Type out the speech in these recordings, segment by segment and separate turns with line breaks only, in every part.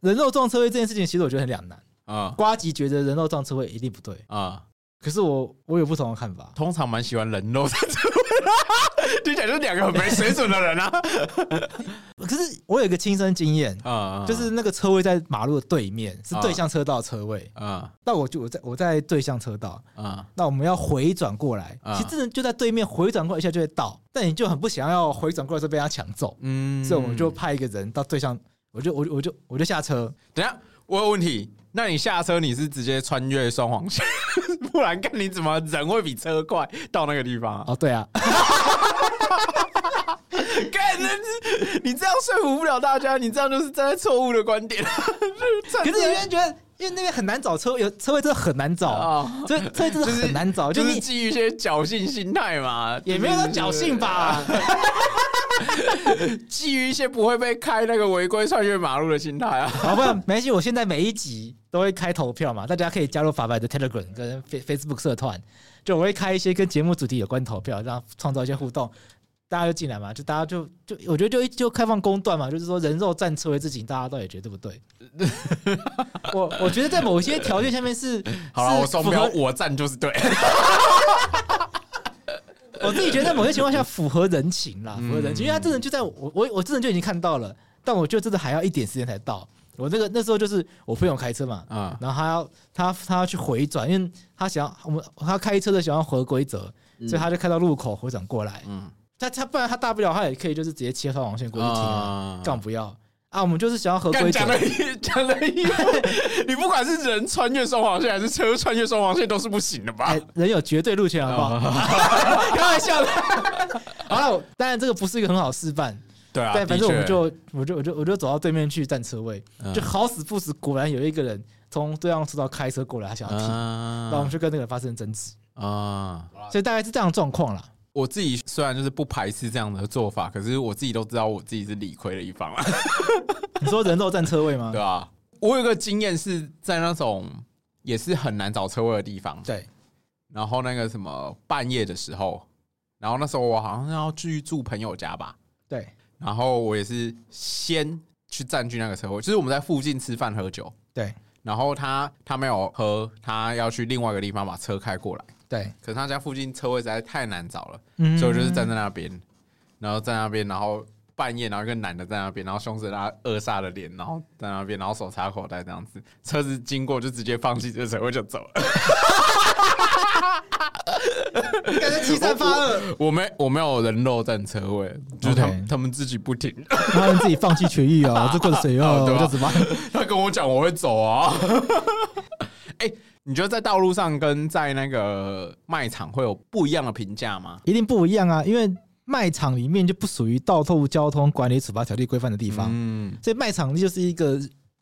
人肉撞车位这件事情，其实我觉得很两难。
啊
瓜吉觉得人肉撞车位一定不对，
啊，
可是我我有不同的看法。
通常蛮喜欢人肉的， 听起来就是两个很没水准的人啊。
可是我有一个亲身经验，
啊，
就是那个车位在马路的对面，是
啊
对向车道的车位。
啊
那我就我在我在对向车道，
啊
那我们要回转过来，
啊
其实真的就在对面回转过来一下就会到，但你就很不想要回转过来的时候被他抢走，
嗯
所以我们就派一个人到对向，我就我就我就我就下车，
等一下，我有问题。那你下车你是直接穿越双黄线， 不然看你怎么人会比车快到那个地方啊？
哦对啊，
干，那是你这样说服不了大家，你这样就是站在错误的观点。 可
可是有些人觉得，因为那边很难找车，有车位真的很难找，
啊，
这车位真的很难找，
就
就是你
基于一些侥幸心态嘛，
也没有到侥幸吧，
就是基于一些不会被开那个违规穿越马路的心态 啊。
好不然没关系，我现在每一集都会开投票嘛，大家可以加入法白的 Telegram 跟 Fa- Facebook 社团，就我会开一些跟节目主题有关投票，让创造一些互动，大家就进来嘛，就大家就就我觉得就一就开放公断嘛，就是说人肉战车位事情，大家到底觉得对不对？我我觉得在某些条件下面是
好了，
是
我双
符合
标，我站就是对。
我自己觉得在某些情况下符合人情啦，符合人情，因为他真的就在我我我真的就已经看到了，但我就真的还要一点时间才到。我那个那时候就是我朋友开车嘛，
啊
然后他要他他要去回转，因为他想要我们他开车的想要合规则，所以他就开到路口回转过来。
嗯，
他他不然他大不了他也可以就是直接切双黄线过去停啊，
啊
干嘛不要啊？我们就是想要合
干
规则
讲，了一 讲了一副，你不管是人穿越双黄线还是车穿越双黄线都是不行的吧
哎？，人有绝对路权好不好？
啊
开玩笑的。好了，我当然这个不是一个很好示范，
对啊，
但反正
的
我们
确
就我就我就我就走到对面去占车位，
嗯
就好死不死，果然有一个人从对向车道开车过来，他想要停，然后我们
啊
就跟那个人发生争执，
啊！
所以大概是这样的状况啦。
我自己虽然就是不排斥这样的做法，可是我自己都知道我自己是理亏的一方
啊
啦，
你说人肉占车位吗？
对啊，我有个经验是在那种也是很难找车位的地方，
对，
然后那个什么半夜的时候，然后那时候我好像要去住朋友家吧，
对
然后我也是先去占据那个车位，就是我们在附近吃饭喝酒，
对
然后他他没有喝，他要去另外一个地方把车开过来，
对，
可是他家附近车位实在太难找了，
嗯
所以我就是站在那边，然后在那边，然后半夜，然后一个男的在那边，然后凶神他恶煞的脸，然后在那边，然后手插口袋这样子，车子经过就直接放弃这车位就走了。
感觉欺善怕恶，
我没我没有人肉占车位，就是他们
OK
他们自己不停，
他们自己放弃绝育哦，这过得谁
哦
哦？
对吧
这怎么办？
他跟我讲我会走啊。 哎、你觉得在道路上跟在那个卖场会有不一样的评价吗？
一定不一样啊，因为卖场里面就不属于《道路交通管理处罚条例》规范的地方，
嗯，
所以卖场就是一个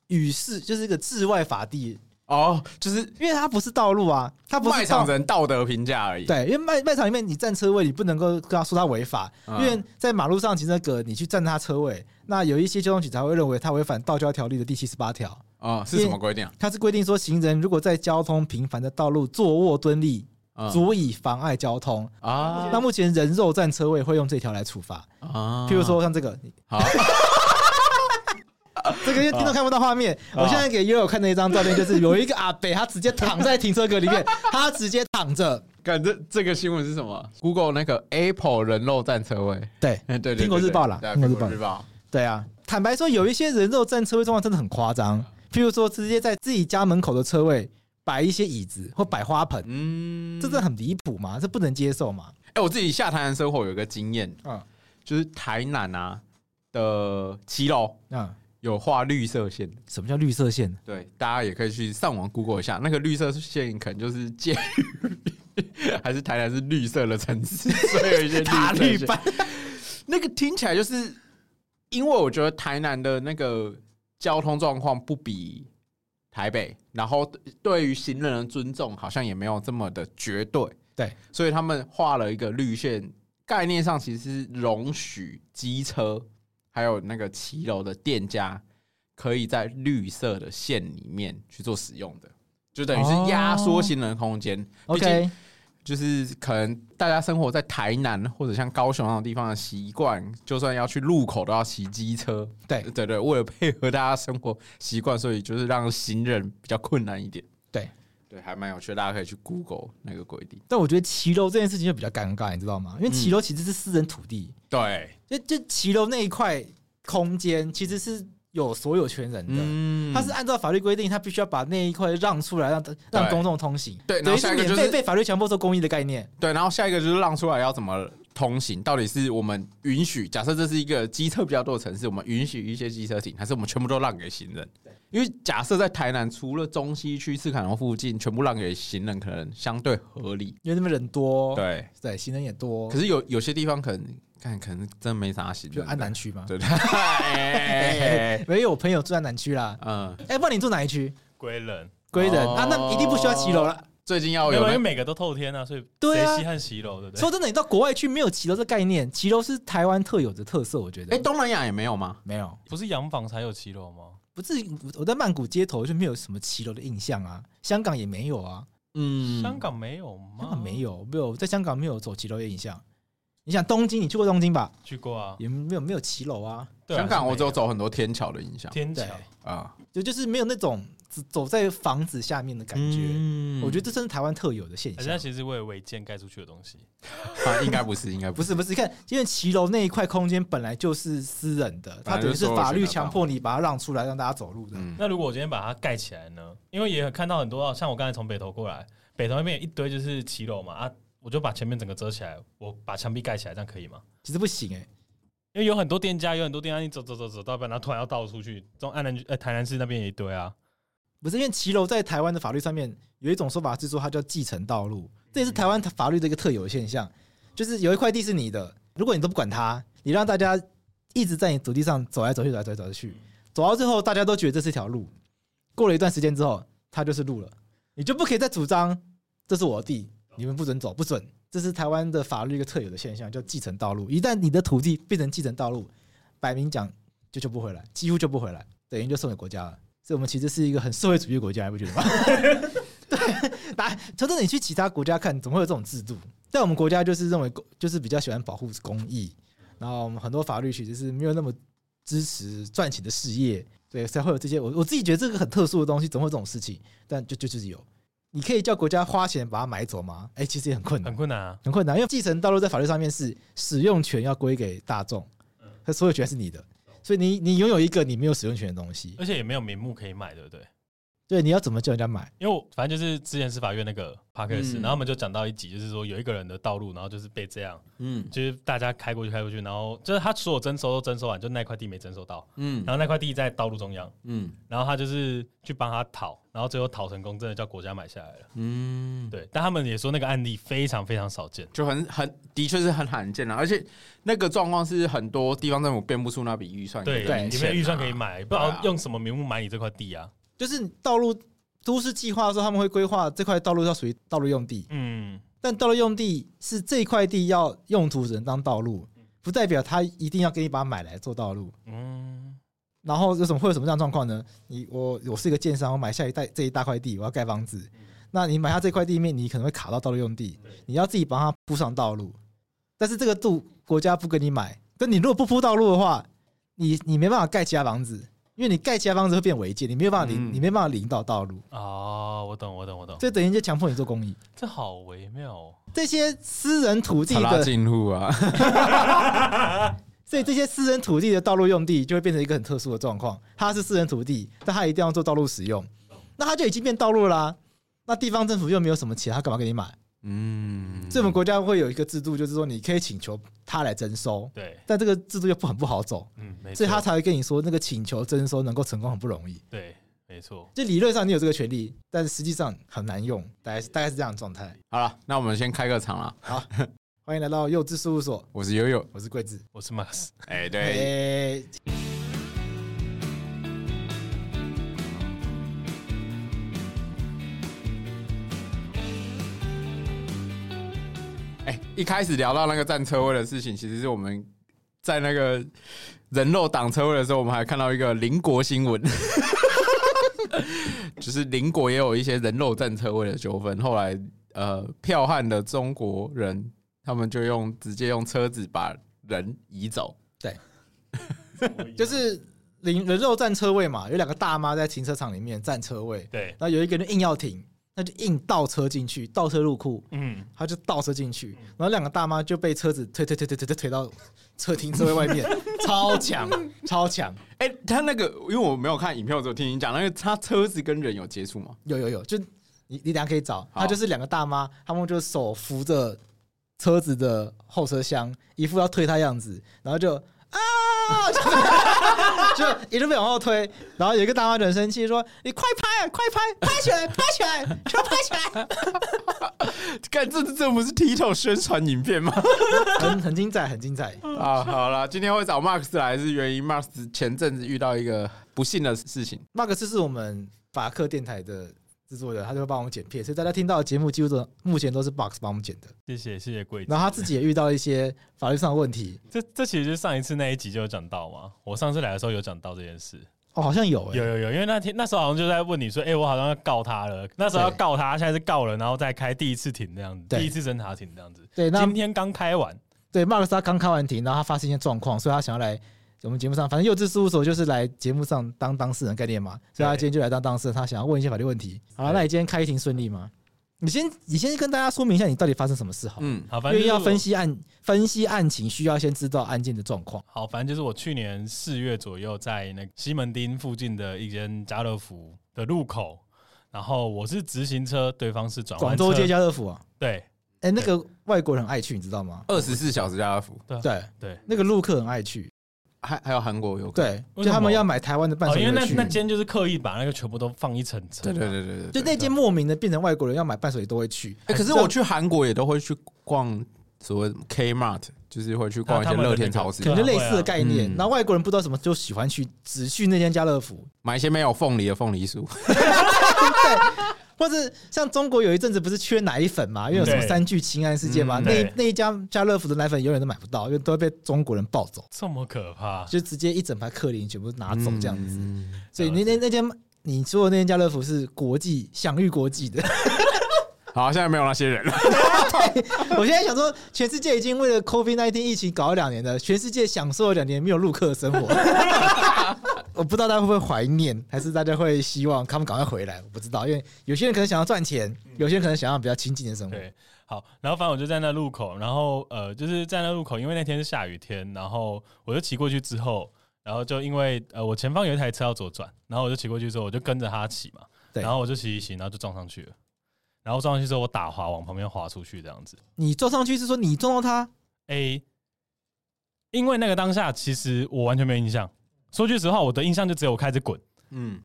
与世，就是一个治外法地，
哦，就是
因为它不是道路啊，它不是
卖场
道
人道德评价而已。
对，因为卖卖场里面你占车位，你不能够跟他说他违法，
嗯
因为在马路上其实那个你去占他车位，那有一些交通警察会认为他违反《道交条例》的第七十八条，
啊、是什么规定啊？
它是规定说行人如果在交通频繁的道路坐卧蹲立，
嗯
足以妨碍交通。
啊
那目前人肉占车位会用这条来处罚，
啊
譬如，说像这个，
好，
这个因为听众看不到画面，我现在给悠悠看的一张照片，就是有一个阿北，他直接躺在停车格里面，他直接躺着，
看这这个新闻是什么？Google 那个 Apple 人肉占车位，
对
哎对对，
苹果日报啦
对
苹果
对
日
对
报
苹果日报，
对啊，坦白说，有一些人肉占车位状况真的很夸张，
嗯
譬如说直接在自己家门口的车位摆一些椅子或摆花盆，
嗯，
这真的很离谱嘛，这不能接受嘛。
哎，我自己下台南生活有一个经验，
嗯
就是台南啊的骑楼
啊，
有画绿色线，
什么叫绿色线？
对，大家也可以去上网 Google 一下，那个绿色线可能就是介于 还是台南是绿色的城市，所以有一些
塔绿
绿色线。那个听起来就是，因为我觉得台南的那个交通状况不比台北，然后对于行人的尊重好像也没有这么的绝对，
对，
所以他们画了一个绿线，概念上其实是容许机车还有那个骑楼的店家可以在绿色的线里面去做使用的，就等于是压缩行人空间。毕竟
OK，
就是可能大家生活在台南或者像高雄那种地方的习惯，就算要去路口都要骑机车。
对
对对，为了配合大家生活习惯，所以就是让行人比较困难一点。
对
对，还蛮有趣，大家可以去 Google 那个规定。
但我觉得骑楼这件事情就比较尴尬，你知道吗？因
嗯
为骑楼其实是私人土地，
对，
就就骑楼那一块空间其实是有所有权人的。
嗯
他是按照法律规定，他必须要把那一块让出来，让让公众通行。
对然后
等于
下
是
一个
免
就
费
是
被法律强迫做公益的概念。
对，然后下一个就是让出来要怎么通行，到底是我们允许？假设这是一个机车比较多的城市，我们允许一些机车停，还是我们全部都让给行人？因为假设在台南，除了中西区、赤坎楼附近，全部让给行人，可能相对合理。
因为那边人多，
对，
对，行人也多，
可是有有些地方可能看，可能真没啥行人
就
的。
安南区嘛。
对对，哎
没有我朋友住在南区啦。
嗯，
哎，不然你住哪一区？
归人，
归仁
哦
啊，那一定不需要骑楼了。
最近要
没
有
有因为
那
每个都透天啊，所以
哦对
谁
啊
稀罕骑楼，对不对？
说真的，你到国外去没有骑楼这概念，骑楼是台湾特有的特色，我觉
哎，
得。
东南亚也没有吗？
没有，
不是洋房才有骑楼吗？
不至于。我我在曼谷街头就没有什么骑楼的印象啊，香港也没有啊，
嗯，
香港没有吗？
香港没有，没有在香港没有走骑楼的印象。你想东京，你去过东京吧？
去过
哦
啊，
也没有没有骑楼啊，
对啊
香港我只有
是没
走很多天桥的印象
天桥
对，
啊，
就就是没有那种只走在房子下面的感觉。
嗯
我觉得这真是台湾特有的现
人家
象。
其实是为了违建盖出去的东西。
啊应该不是，应该
不是不是，你看，因为骑楼那一块空间本来就是私人的，它
本来
等
就
于
是
是
所有
法
权
律
的
强
吧
迫你把它让出来，让大家走路的。
嗯，
那如果我今天把它盖起来呢？因为也看到很多，啊像我刚才从北投过来，北投那边有一堆就是骑楼嘛啊，我就把前面整个遮起来，我把墙壁盖起来，这样可以吗？
其实不行哎、
因为有很多店家，有很多店家，你走走走走到一半，然后突然要倒出去，中安南呃台南市那边也一堆啊，
不是因为骑楼在台湾的法律上面有一种说法是说它叫继承道路，这也是台湾法律的一个特有现象，就是有一块地是你的，如果你都不管它，你让大家一直在你土地上走来走去、走来走去、走来走去，走到最后大家都觉得这是一条路，过了一段时间之后，它就是路了，你就不可以再主张这是我的地，你们不准走，不准。这是台湾的法律一个特有的现象，叫继承道路。一旦你的土地变成继承道路，摆明讲就救不回来，几乎救不回来，等于就送给国家了。所以我们其实是一个很社会主义的国家，你不觉得吗？对，来，从这你去其他国家看，怎么会有这种制度？但我们国家就是认为公，就是比较喜欢保护公益，然后我们很多法律其实是没有那么支持赚钱的事业，对，才会有这些。我我自己觉得这个很特殊的东西，怎么会有这种事情？但就就就是有，你可以叫国家花钱把它买走吗？哎、其实也很困难
很，困难啊。
很困难，因为继承道路在法律上面是使用权要归给大众，它所有权是你的，所以你你拥有一个你没有使用权的东西，
而且也没有名目可以买，对不对？
对，你要怎么叫人家买？
因为我反正就是之前司法院那个帕克斯，
嗯
然后我们就讲到一集，就是说有一个人的道路，然后就是被这样，
嗯
就是大家开过去开过去，然后就是他所有征收都征收完，就那块地没征收到，
嗯
然后那块地在道路中央，
嗯
然后他就是去帮他讨，然后最后讨成功，真的叫国家买下来了。
嗯，
对，但他们也说那个案例非常非常少见。
就很很的确是很罕见啊了，而且那个状况是很多地方政府编不出那笔预算给
对，
你
对
钱啊，
你没有预算可以买，不
对
知道
啊
用什么名目买你这块地啊。
就是道路都市计划的时候，他们会规划这块道路要属于道路用地，
嗯，
但道路用地是这块地要用途只能当道路，不代表他一定要给你把它买来做道路。
嗯，
然后有什么会有什么这样的状况呢？你我我是一个建商，我买下一带这一大块地，我要盖房子。
嗯
那你买下这块地面，你可能会卡到道路用地，你要自己帮它铺上道路。但是这个度国家不给你买，但你如果不铺道路的话，你你没办法盖其他房子，因为你盖其他房子会变违建，你没有办法领，
嗯
你没办法领导道路，
哦，我懂，我懂，我懂，
这等于就强迫你做公益。
这好微妙哦。
这些私人土地
查拉
的，
进户啊，
所以这些私人土地的道路用地就会变成一个很特殊的状况，它是私人土地，但它一定要做道路使用，那它就已经变道路啦、那地方政府又没有什么钱，他干嘛给你买？
嗯，
所以我们国家会有一个制度，就是说你可以请求他来征收，
对，
但这个制度又不很不好走，
嗯，没错，
所以他才会跟你说那个请求征收能够成功很不容易。
对，没错。
就理论上你有这个权利，但是实际上很难用，大概是大概是这样的状态。
好了，那我们先开个场了，
欢迎来到幼稚事务所，
我是悠悠，
我是桂子。
我是 Max，
哎，对，
诶、
哎，一开始聊到那个占车位的事情，其实是我们在那个人肉挡车位的时候，我们还看到一个邻国新闻。 就是邻国也有一些人肉占车位的纠纷，后来呃剽悍的中国人，他们就用直接用车子把人移走。
就是人人肉占车位嘛，有两个大妈在停车场里面占车位，
对，
然后有一个人硬要停，那就硬倒车进去，倒车入库，
嗯，
他就倒车进去，然后两个大妈就被车子推推推推推推推到车停车位外面，超强超强，
哎、他那个因为我没有看影片，我只有听你讲，那个他车子跟人有接触吗？
有有有，就你你等一下可以找，
好
他就是两个大妈，他们就手扶着车子的后车厢，一副要推他样子，然后就啊， 就就一路被往后推，然后有一个大妈就很生气说：“你快拍，快拍，拍起来，拍起来，全部拍起来
干这这不是 Tito 宣传影片吗？！”
很很精彩，很精彩。
啊，好啦，今天会找 Max 来是原因，Max 前阵子遇到一个不幸的事情。
马克思是我们法克电台的制作人，他就会帮我们剪片，所以大家听到的节目几乎都目前都是 Box 帮我们剪的。
谢谢谢谢贵姐
然。后他自己也遇到一些法律上的问题，
这这其实就是上一次那一集就有讲到嘛，我上次来的时候有讲到这件事，
哦，好像有、欸，
有有有，因为那天那时候好像就在问你说，哎、我好像要告他了，那时候要
对
告他，现在是告了，然后再开第一次庭这样子，
对
第一次侦查庭这样子，
对，那
今天刚开完，
对，马克思他刚开完庭，然后他发生一些状况，所以他想要来我们节目上，反正幼稚事务所就是来节目上当当事人概念嘛，所以他
对
今天就来当当事人，他想要问一些法律问题。好了，
对
那你今天开庭顺利吗？你先你先跟大家说明一下你到底发生什么事好了，
嗯，
好，
因
反正
为要分
析，
析案分析案情，需要先知道案件的状况。
好，反正就是我去年四月左右在那个西门町附近的一间家乐福的路口，然后我是直行车，对方是转
广
弯
州
车
街家乐福啊，
哦对
哎、那个外国人很爱去，你知道吗？
二十四小时家乐福，
嗯
对
对，
那个陆客很爱去，
还还有韩国游客。
对，就
为什
他们
么
要买台湾的伴
哦，
手礼
因为那
去，
那间就是刻意把那个全部都放一层层，
对对对对对
就
对。
那间莫名的变成外国人要买伴手礼都会去，
哎、可是我去韩国也都会去逛所谓什么 Kmart，就是会去逛一些
那他们
乐
的
天
那个
超市
可，能就类似的概念。
嗯
然后外国人不知道什么就喜欢去，只去那间家乐福，
买一些没有凤梨的凤梨酥。
或者像中国有一阵子不是缺奶粉嘛，因为有什么
对
三聚氰胺事件嘛，
嗯
那
对
那一家家乐福的奶粉永远都买不到，因为都会被中国人抱走，
这么可怕，
就直接一整排克林全部拿走这样子。
嗯
所以那那那间你说的那间家乐福是国际享誉国际的。
好，现在没有那些人了。
我现在想说，全世界已经为了 COVID 1 9疫情搞了两年了，全世界享受了两年没有陆客的生 活。我不知道大家会不会怀念，还是大家会希望他们赶快回来？我不知道，因为有些人可能想要赚钱，有些人可能想要比较亲近的生活。
嗯对，好，然后反正我就在那路口，然后呃，就是在那路口，因为那天是下雨天，然后我就骑过去之后，然后就因为呃，我前方有一台车要左转，然后我就骑过去之后，我就跟着他骑嘛，
对
然后我就骑一骑，然后就撞上去了，然后撞上去之后，我打滑往旁边滑出去这样子，
你坐上去是说你撞到他，
诶，因为那个当下其实我完全没印象，说句实话，我的印象就只有我开始滚，
嗯，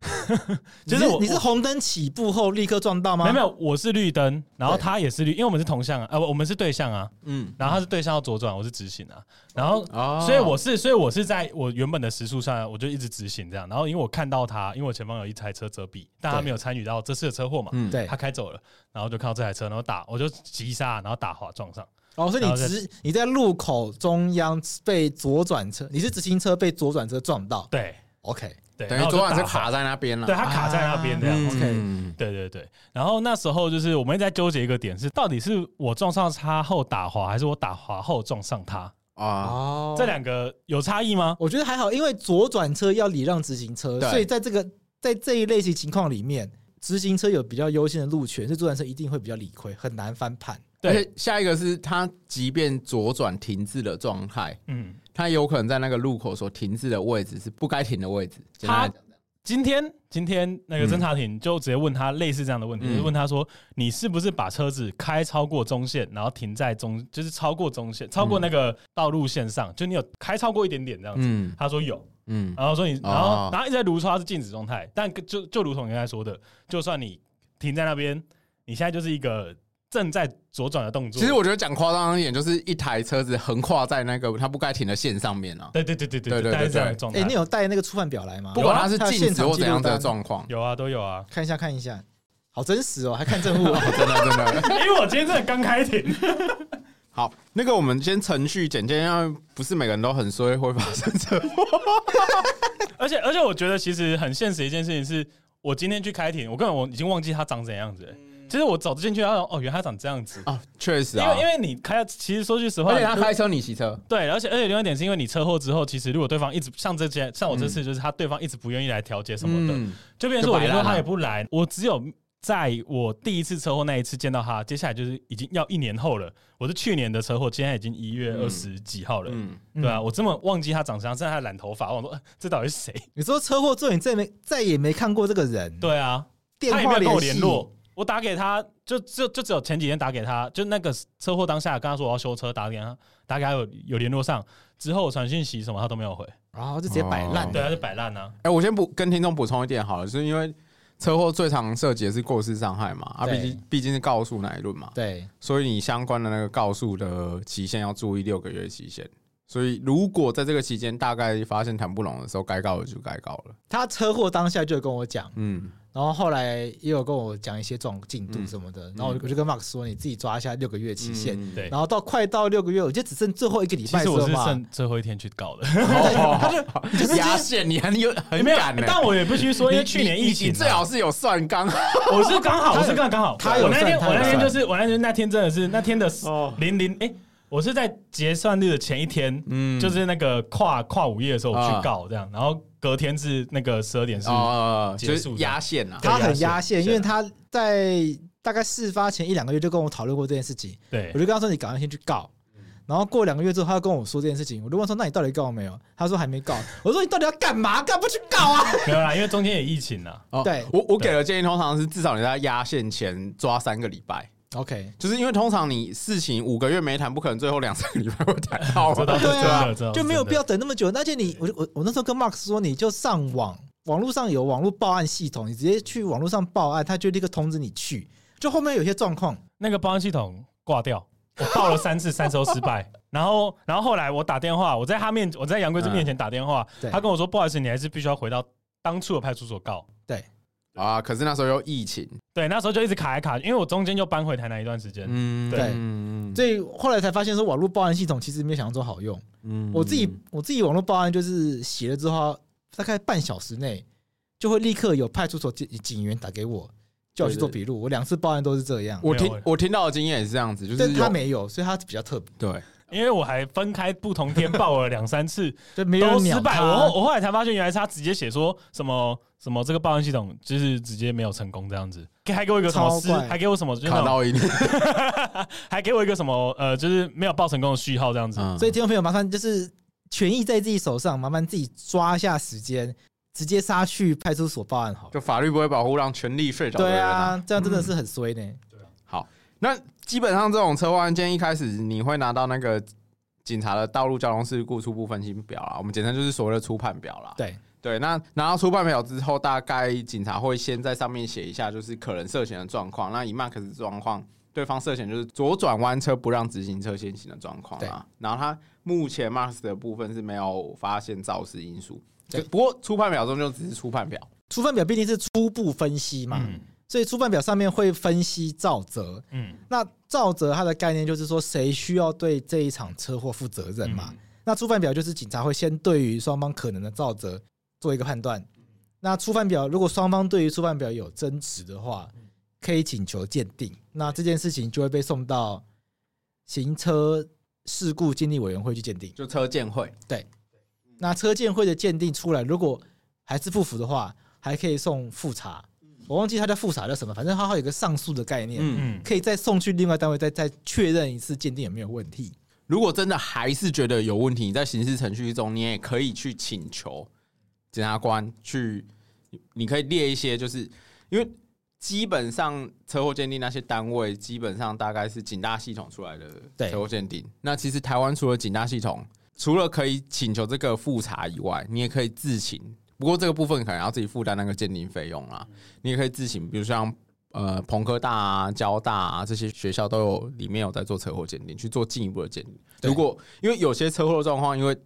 就
就是
是
我
你是
我
红灯起步后立刻撞到吗？
没有没有，我是绿灯，然后
对
他也是绿，因为我们是同向啊，呃，我们是对向啊，
嗯，
然后他是对向要左转，我是直行啊，然后
哦
所以我是，所以我是在我原本的时速上，我就一直直行这样。然后因为我看到他，因为我前方有一台车遮蔽，但他
对
没有参与到这次的车祸嘛，
嗯
对
他，开走了，然后就看到这台车，然后打，我就急刹，然后打滑撞上。
哦，所以
然
你
后再
直你在路口中央被左转车，你是直行车被左转车撞到
对
，OK，
对，
等
然
于
后我就
昨晚是
打滑
卡在那边了。
对他卡在那边这样。
啊 OK
嗯
对对对，然后那时候就是我们一直在纠结一个点是，到底是我撞上他后打滑，还是我打滑后撞上他？
啊，
哦
这两个有差异吗？
我觉得还好，因为左转车要礼让直行车，
对
所以在这个在这一类型情况里面，直行车有比较优先的路权，所以左转车一定会比较理亏，很难翻盘。
而
对，
且下一个是他即便左转停滞的状态，
嗯，
他有可能在那个路口所停滞的位置是不该停的位置。简单来
他
讲
今天今天那个侦查庭就直接问他类似这样的问题，
嗯
就是问他说：“你是不是把车子开超过中线，然后停在中，就是超过中
嗯
线，超过那个道路线上，就你有开超过一点点这样子？”
嗯
他说有，
嗯，
然后说你，然后、
哦
然后一直在如说他是静止状态，但跟就就如同你刚才说的，就算你停在那边，你现在就是一个正在左转的动作。
其实我觉得讲夸张一点，就是一台车子横跨在那个他不该停的线上面啊，
对对对对
对
对
对
对，大概是这样的
对
状
哎、
态。
你有带那个触犯表来吗？
不管
有啊
他是
有
静
现
止
场
或怎
记
样
录
的
单，
状况，
有啊，都 有啊
看一下看一下，好真实哦，还看证物、哦。
真的 真的。
因为我今天真的刚开庭，
好，那个我们先程序简介，因为不是每个人都很衰会发生车祸。
而且而且，我觉得其实很现实的一件事情是，我今天去开庭，我根本我已经忘记他长怎样子了、其实我走进去，然后哦，原来它长这样子。
啊， 确实
因
啊，
为因为你开，其实说句实话，
而且他
如
开车你骑车，
对，而且而且另外一点是因为你车祸之后，其实如果对方一直像这些，像我这次就是他对方一直不愿意来调解什么的，
嗯
就变成说我连
就摆烂了
说他也不来，我只有。在我第一次车祸那一次见到他，接下来就是已经要一年后了。我是去年的车祸，现在已经一月
嗯
二十几号了，
嗯，
嗯
对啊，我这么忘记他长相，甚至他染头发，我说呃这到底是谁？
嗯
你说车祸之后，你再没再也没看过这个人，，
对啊，
电
他也没
话
有跟我
系
联络，，我打给他，就就就只有前几天打给他，就那个车祸当下跟他说我要修车，打给他，打给他有有联络上，之后传讯息什么他都没有回，
然后就直接摆烂
哦
对
的。
啊，就摆烂啊。
哎、我先补跟听众补充一点好了，就是因为车祸最常涉及的是过失伤害嘛，啊，
对
毕竟毕竟是告诉那一论嘛，
对，
所以你相关的那个告诉的期限要注意六个月期限。所以如果在这个期间大概发现谈不拢的时候，该告的就该告了。
他车祸当下就有跟我讲，
嗯，
然后后来也有跟我讲一些状进
嗯
度什么的，然后我就我就跟 Max 说，你自己抓一下六个月期限。
嗯
对
然后到快到六个月，我就只剩最后一个礼
其
拜
实
的
我
时候
是
嘛，
剩最后一天去告的，
哦，
就
就是
是
压线， 你很有很
没有
敢呢、，欸
但我也必须说，因为
你
去年
你你
疫情
你
啊，
最好是有算刚。 啊
我是刚好，我是刚刚好，
他有
我那天
算他
我
有
那天
算
就是我那天那天真的是那天的
哦
零零哎，我是在结算日的前一天，
嗯
就是那个跨跨午夜的时候我
啊
去告这样，然后隔天是那个十二点是
哦，就
结
是
束的
压线啊。
他很压
压线
线，因为他在大概事发前一两个月就跟我讨论过这件事情，
对
我就跟他说你赶快先去告。然后过两个月之后，他又跟我说这件事情，我就问说：“那你到底告没有？”他说还没告。我说：“你到底要干嘛？干嘛不去告啊
没有啦，因为中间也疫情啊啦。
哦
对
我我给的建议通常是至少你在压线前抓三个礼拜，
？”OK，
就是因为通常你事情五个月没谈，不可能最后两三个礼拜会谈到
知道
嘛。
对啊
真的真的，
就没有必要等那么久。而且你，我就我我那时候跟 Max 说，你就上网，网络上有网络报案系统，你直接去网络上报案，他就立刻通知你去。就后面有些状况，
那个保安系统挂掉，我报了三次，三次都失败。然后，然后后来我打电话，我在他面，我在杨贵志面前打电话，
对
他跟我说，不好意思，你还是必须要回到当初的派出所告。
啊，可是那时候又疫情，
对，那时候就一直卡来卡，因为我中间就搬回台南一段时间。
嗯，
对
嗯
所以后来才发现说，网络报案系统其实没有想象中好用。
嗯
我自己我自己网络报案就是写了之后，大概半小时内就会立刻有派出所警警员打给我，叫我去做笔录。我两次报案都是这样，
我
没有欸
听我听到的经验也是这样子，就
但
是
他
有
没有，所以他比较特别，
对，
因为我还分开不同天报了两三次，
就没有
都
人
失
鸟
败。
他。
我后我后来才发现，原来是他直接写说什么什么这个报案系统就是直接没有成功这样子，还给我一个什么失
超怪
还给我什么就是那
卡
种
到一定，
还给我一个什么呃就是没有报成功的序号这样子。
嗯
所以听众朋友，麻烦就是权益在自己手上，麻烦自己抓一下时间，直接杀去派出所报案好了。
就法律不会保护让权力睡着的
对
人啊。
啊，这样真的是很衰呢。
那基本上这种车祸案件一开始你会拿到那个警察的道路交通事故初步分析表啦，我们简称就是所谓的初判表啦。
对
对，那拿到初判表之后，大概警察会先在上面写一下，就是可能涉嫌的状况。那以 Max 的状况，对方涉嫌就是左转弯车不让直行车先行的状况
对
啊。然后他目前 Max 的部分是没有发现肇事因素。
对
就不过初判表中就只是初判表，
初犯表毕竟是初步分析嘛，
嗯
所以初犯表上面会分析照责，
嗯，
那照责它的概念就是说，谁需要对这一场车祸负责任嘛？那初犯表就是警察会先对于双方可能的照责做一个判断。那初犯表如果双方对于初犯表有争执的话，可以请求鉴定。那这件事情就会被送到行车事故鉴定委员会去鉴定。
就车鉴会。
那车鉴会的鉴定出来，如果还是不服的话，还可以送复查。我忘记它叫复查叫什么，反正它会有一个上诉的概念。
嗯，
嗯，
可以再送去另外单位再再确认一次鉴定有没有问题。
如果真的还是觉得有问题，你在刑事程序中，你也可以去请求检察官去，你你可以列一些，就是因为基本上车祸鉴定那些单位，基本上大概是警大系统出来的
对
车祸鉴定。那其实台湾除了警大系统，除了可以请求这个复查以外，你也可以自行。不过这个部分可能要自己负担那个鉴定费用啦。你也可以自行，比如像呃朋科大啊、交大啊这些学校都有里面有在做车祸鉴定，去做进一步的鉴定。
对
如果因为有些车祸的状况，因为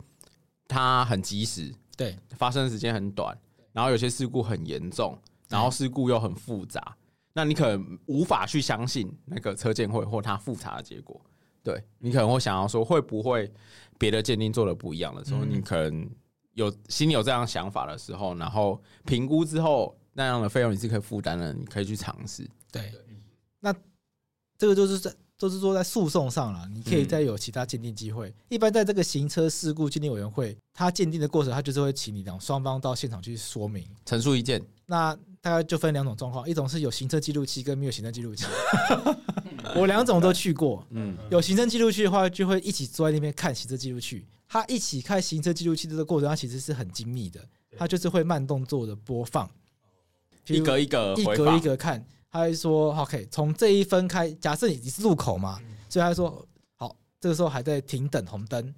它很及时，
对，
发生的时间很短，然后有些事故很严重，然后事故又很复杂，那你可能无法去相信那个车鉴会或他复查的结果。对你可能会想要说，会不会别的鉴定做的不一样的时候，
嗯
你可能有心里有这样想法的时候，然后评估之后那样的费用你是可以负担的，你可以去尝试。
对，那这个就是在都是说在诉讼上了，你可以再有其他鉴定机会。一般在这个行车事故鉴定委员会，他鉴定的过程，他就是会请你两双方到现场去说明。
陈述意见，
那大概就分两种状况，一种是有行车记录器跟没有行车记录器。我两种都去过，
嗯，
有行车记录器的话，就会一起坐在那边看行车记录器。他一起看行车记录器这个过程，它其实是很精密的，它就是会慢动作的播放，比
一
如
格一格
一
回
格
放
一格看。他会说：“OK，从这一分开，假设你你是路口嘛，
嗯
所以他说好，这个时候还在停等红灯，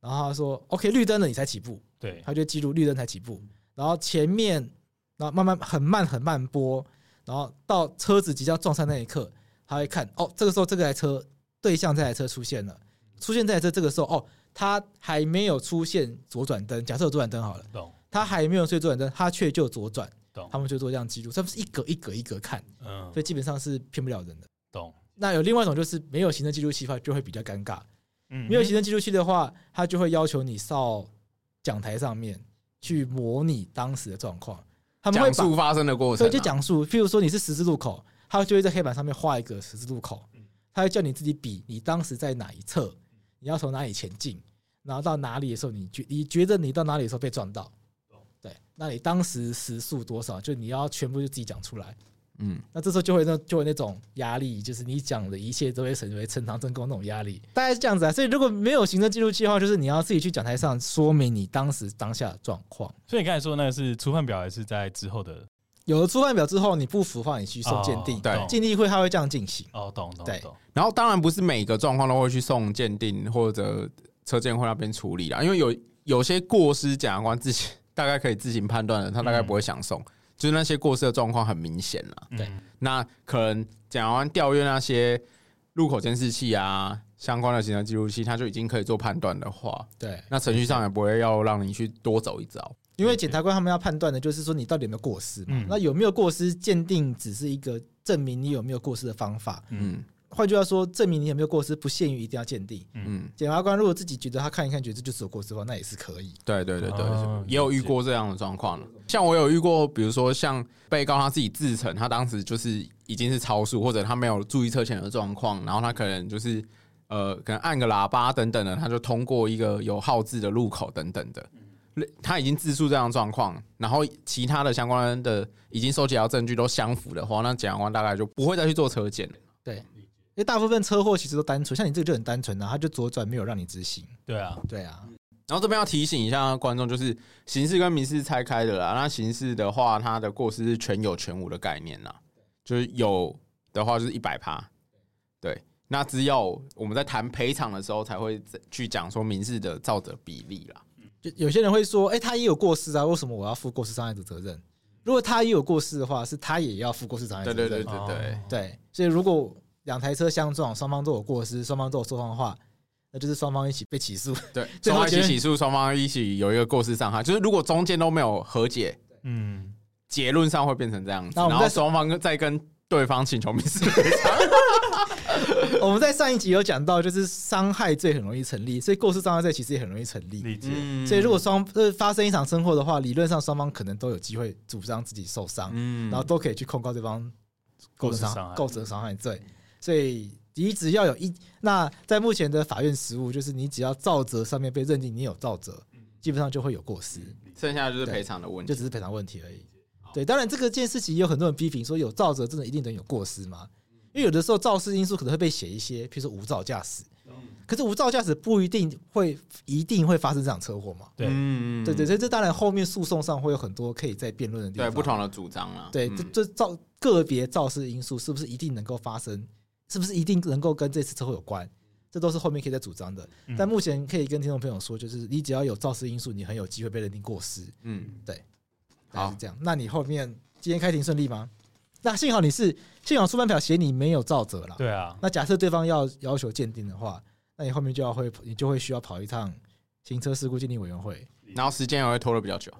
然后他说 OK，绿灯了你才起步，
对，
他就记录绿灯才起步，然后前面，然后慢慢很慢很慢播，然后到车子即将撞上那一刻，他会看哦，这个时候这台车对向这台车出现了，出现这台车这个时候哦，他还没有出现左转灯，假设有左转灯好了，
懂，
他还没有出现左转灯，他却就左转
懂，
他们就做这样记录，他们是一格一格一格看，
嗯
所，以基本上是骗不了人的。
懂，
那有另外一种就是没有行车记录器的话就会比较尴尬，
嗯
没有行车记录器的话，他就会要求你到讲台上面去模拟当时的状况。他们会
讲
把
述发生的过程、
对
啊，
就讲述，譬如说你是十字路口，他就会在黑板上面画一个十字路口，
嗯
他会叫你自己比你当时在哪一侧，你要从哪里前进，然后到哪里的时候，你觉你觉得你到哪里的时候被撞到，对，那你当时时速多少，就你要全部就自己讲出来。
嗯，
那这时候就会那就会那种压力，就是你讲的一切都会成为呈堂证供那种压力，大概是这样子啊。所以如果没有行政记录器的话，就是你要自己去讲台上说明你当时当下的状况。
所以你刚才说那个是初犯表，还是在之后的
有了初犯表之后，你不服的话，你去送鉴定
哦，
对
懂
鉴定会他会这样进行。
哦，懂懂
对
懂，
然后当然不是每个状况都会去送鉴定或者车鉴会那边处理啦，因为有有些过失检察官自己大概可以自行判断的，他大概不会想送，就是那些过失的状况很明显啦。
对
嗯
那可能检察官调阅那些路口监视器啊，相关的行车记录器，他就已经可以做判断的话，
对，
那程序上也不会要让你去多走一遭。
因为检察官他们要判断的就是说你到底有没有过失嘛
嗯。
那有没有过失，鉴定只是一个证明你有没有过失的方法。
嗯
换句话说，证明你有没有过失，不限于一定要鉴定。
嗯，
检察官如果自己觉得他看一看觉得这就是有过失的话，那也是可以。
对对对对，
哦
也有遇
理解
过这样的状况了。像我有遇过，比如说像被告他自己自称，他当时就是已经是超速，或者他没有注意车前的状况，然后他可能就是呃，可能按个喇叭等等的，他就通过一个有号志的路口等等的。
嗯
他已经自述这样的状况，然后其他的相关的已经收集到证据都相符的话，那检察官大概就不会再去做车检了。
因为大部分车祸其实都单纯，像你这个就很单纯啊，他就左转没有让你执行。
对啊，
对啊，
然后这边要提醒一下观众，就是刑事跟民事拆开的啦。那刑事的话，它的过失是全有全无的概念啦，就是有的话就是一百趴，对。那只有我们在谈赔偿的时候，才会去讲说民事的照责比例啦。
就有些人会说，哎、他也有过失啊，为什么我要负过失伤害的责任？如果他也有过失的话，是他也要负过失伤害责
对
任。
对对对对
哦，
对所以如果两台车相撞，双方都有过失，双方都有受伤的话，那就是双方一起被起诉。
对，
最
双
后
方一
结
起
论
起诉，双方一起有一个过失伤害，就是如果中间都没有和解，
嗯，
结论上会变成这样子，
那我们
然
再
后双方再跟对方请求民事赔偿。
我们在上一集有讲到，就是伤害罪很容易成立，所以过失伤害罪其实也很容易成立。
理解，
嗯
所以如果双呃发生一场车祸的话，理论上双方可能都有机会主张自己受伤。
嗯
然后都可以去控告对方构成
构成伤害嗯
构成伤害罪。所以你只要有一那在目前的法院实务，就是你只要造责上面被认定你有造责，
嗯
基本上就会有过失，
剩下就是赔偿的问题
就。只是赔偿问题而已。
嗯
对，当然这个件事情也有很多人批评说，有造责真的一定等于有过失吗？因为有的时候肇事因素可能会被写一些，譬如说无照驾驶，
嗯
可是无照驾驶不一定会一定会发生这场车祸嘛？
对
嗯
对对，所以这当然后面诉讼上会有很多可以再辩论的地
对
方。
不同的主张啦。
对，
嗯
这这造个别肇事因素是不是一定能够发生？是不是一定能够跟这次车祸有关？这都是后面可以再主张的。
嗯
但目前可以跟听众朋友说，就是你只要有肇事因素，你很有机会被认定过失，
嗯，好
大概是这样。那你后面今天开庭顺利吗？那幸好你是幸好出版表写你没有造责啦。
对啊，
那假设对方要要求鉴定的话，那你后面就要会你就会需要跑一趟行车事故鉴定委员 会。
然后时间也会拖得比较久。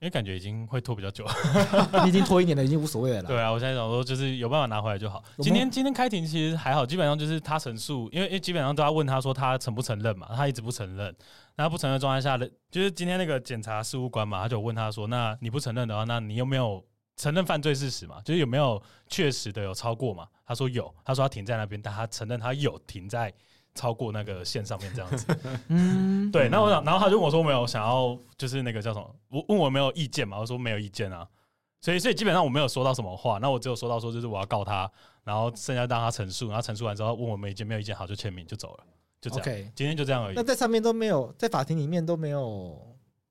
因为感觉已经会拖比较久，
你已经拖一年了，已经无所谓了啦。
对啊，我现在想说，就是有办法拿回来就好。
有没有
今天今天开庭其实还好，基本上就是他陈述，因为因为基本上都要问他说他承不承认嘛，他一直不承认。那他不承认的状态下的，就是今天那个检察事务官嘛，他就问他说：“那你不承认的话，那你有没有承认犯罪事实嘛，就是有没有确实的有超过嘛？他说有，他说他停在那边，但他承认他有停在超过那个线上面这样子。
嗯，
对，那我想，然后他就问我说没有想要，就是那个叫什么？我问我有没有意见嘛？我说没有意见啊。所以，所以基本上我没有说到什么话，那我只有说到说就是我要告他，然后剩下让他陈述，然后陈述完之后问我们意见，没有意见好就签名就走了，就这样。
OK
今天就这样而已
那。在上面都没有，在法庭里面都没有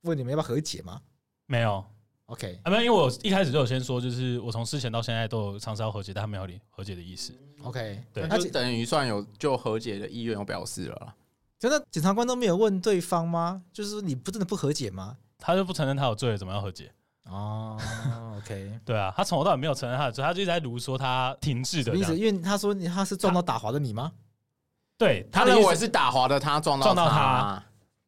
问你们要不要和解吗
没有
？OK，
啊，没有，因为我一开始就有先说，就是我从事前到现在都有尝试要和解，但他没有理和解的意思。
嗯 OK，
对
那
就
检
等于算有就和解的意愿有表示了啦。
真的检察官都没有问对方吗？就是说你不真的不和解吗？
他就不承认他有罪了，怎么样和解？
哦，OK，
对啊，他从头到尾没有承认他的罪，他就一直在如说他停滞
什
的
么
这
意思？
样。
因为他说你他是撞到打滑的你吗？
嗯对
他
他
认
认
为
为，
是打滑的他撞到
撞到
他啊
他，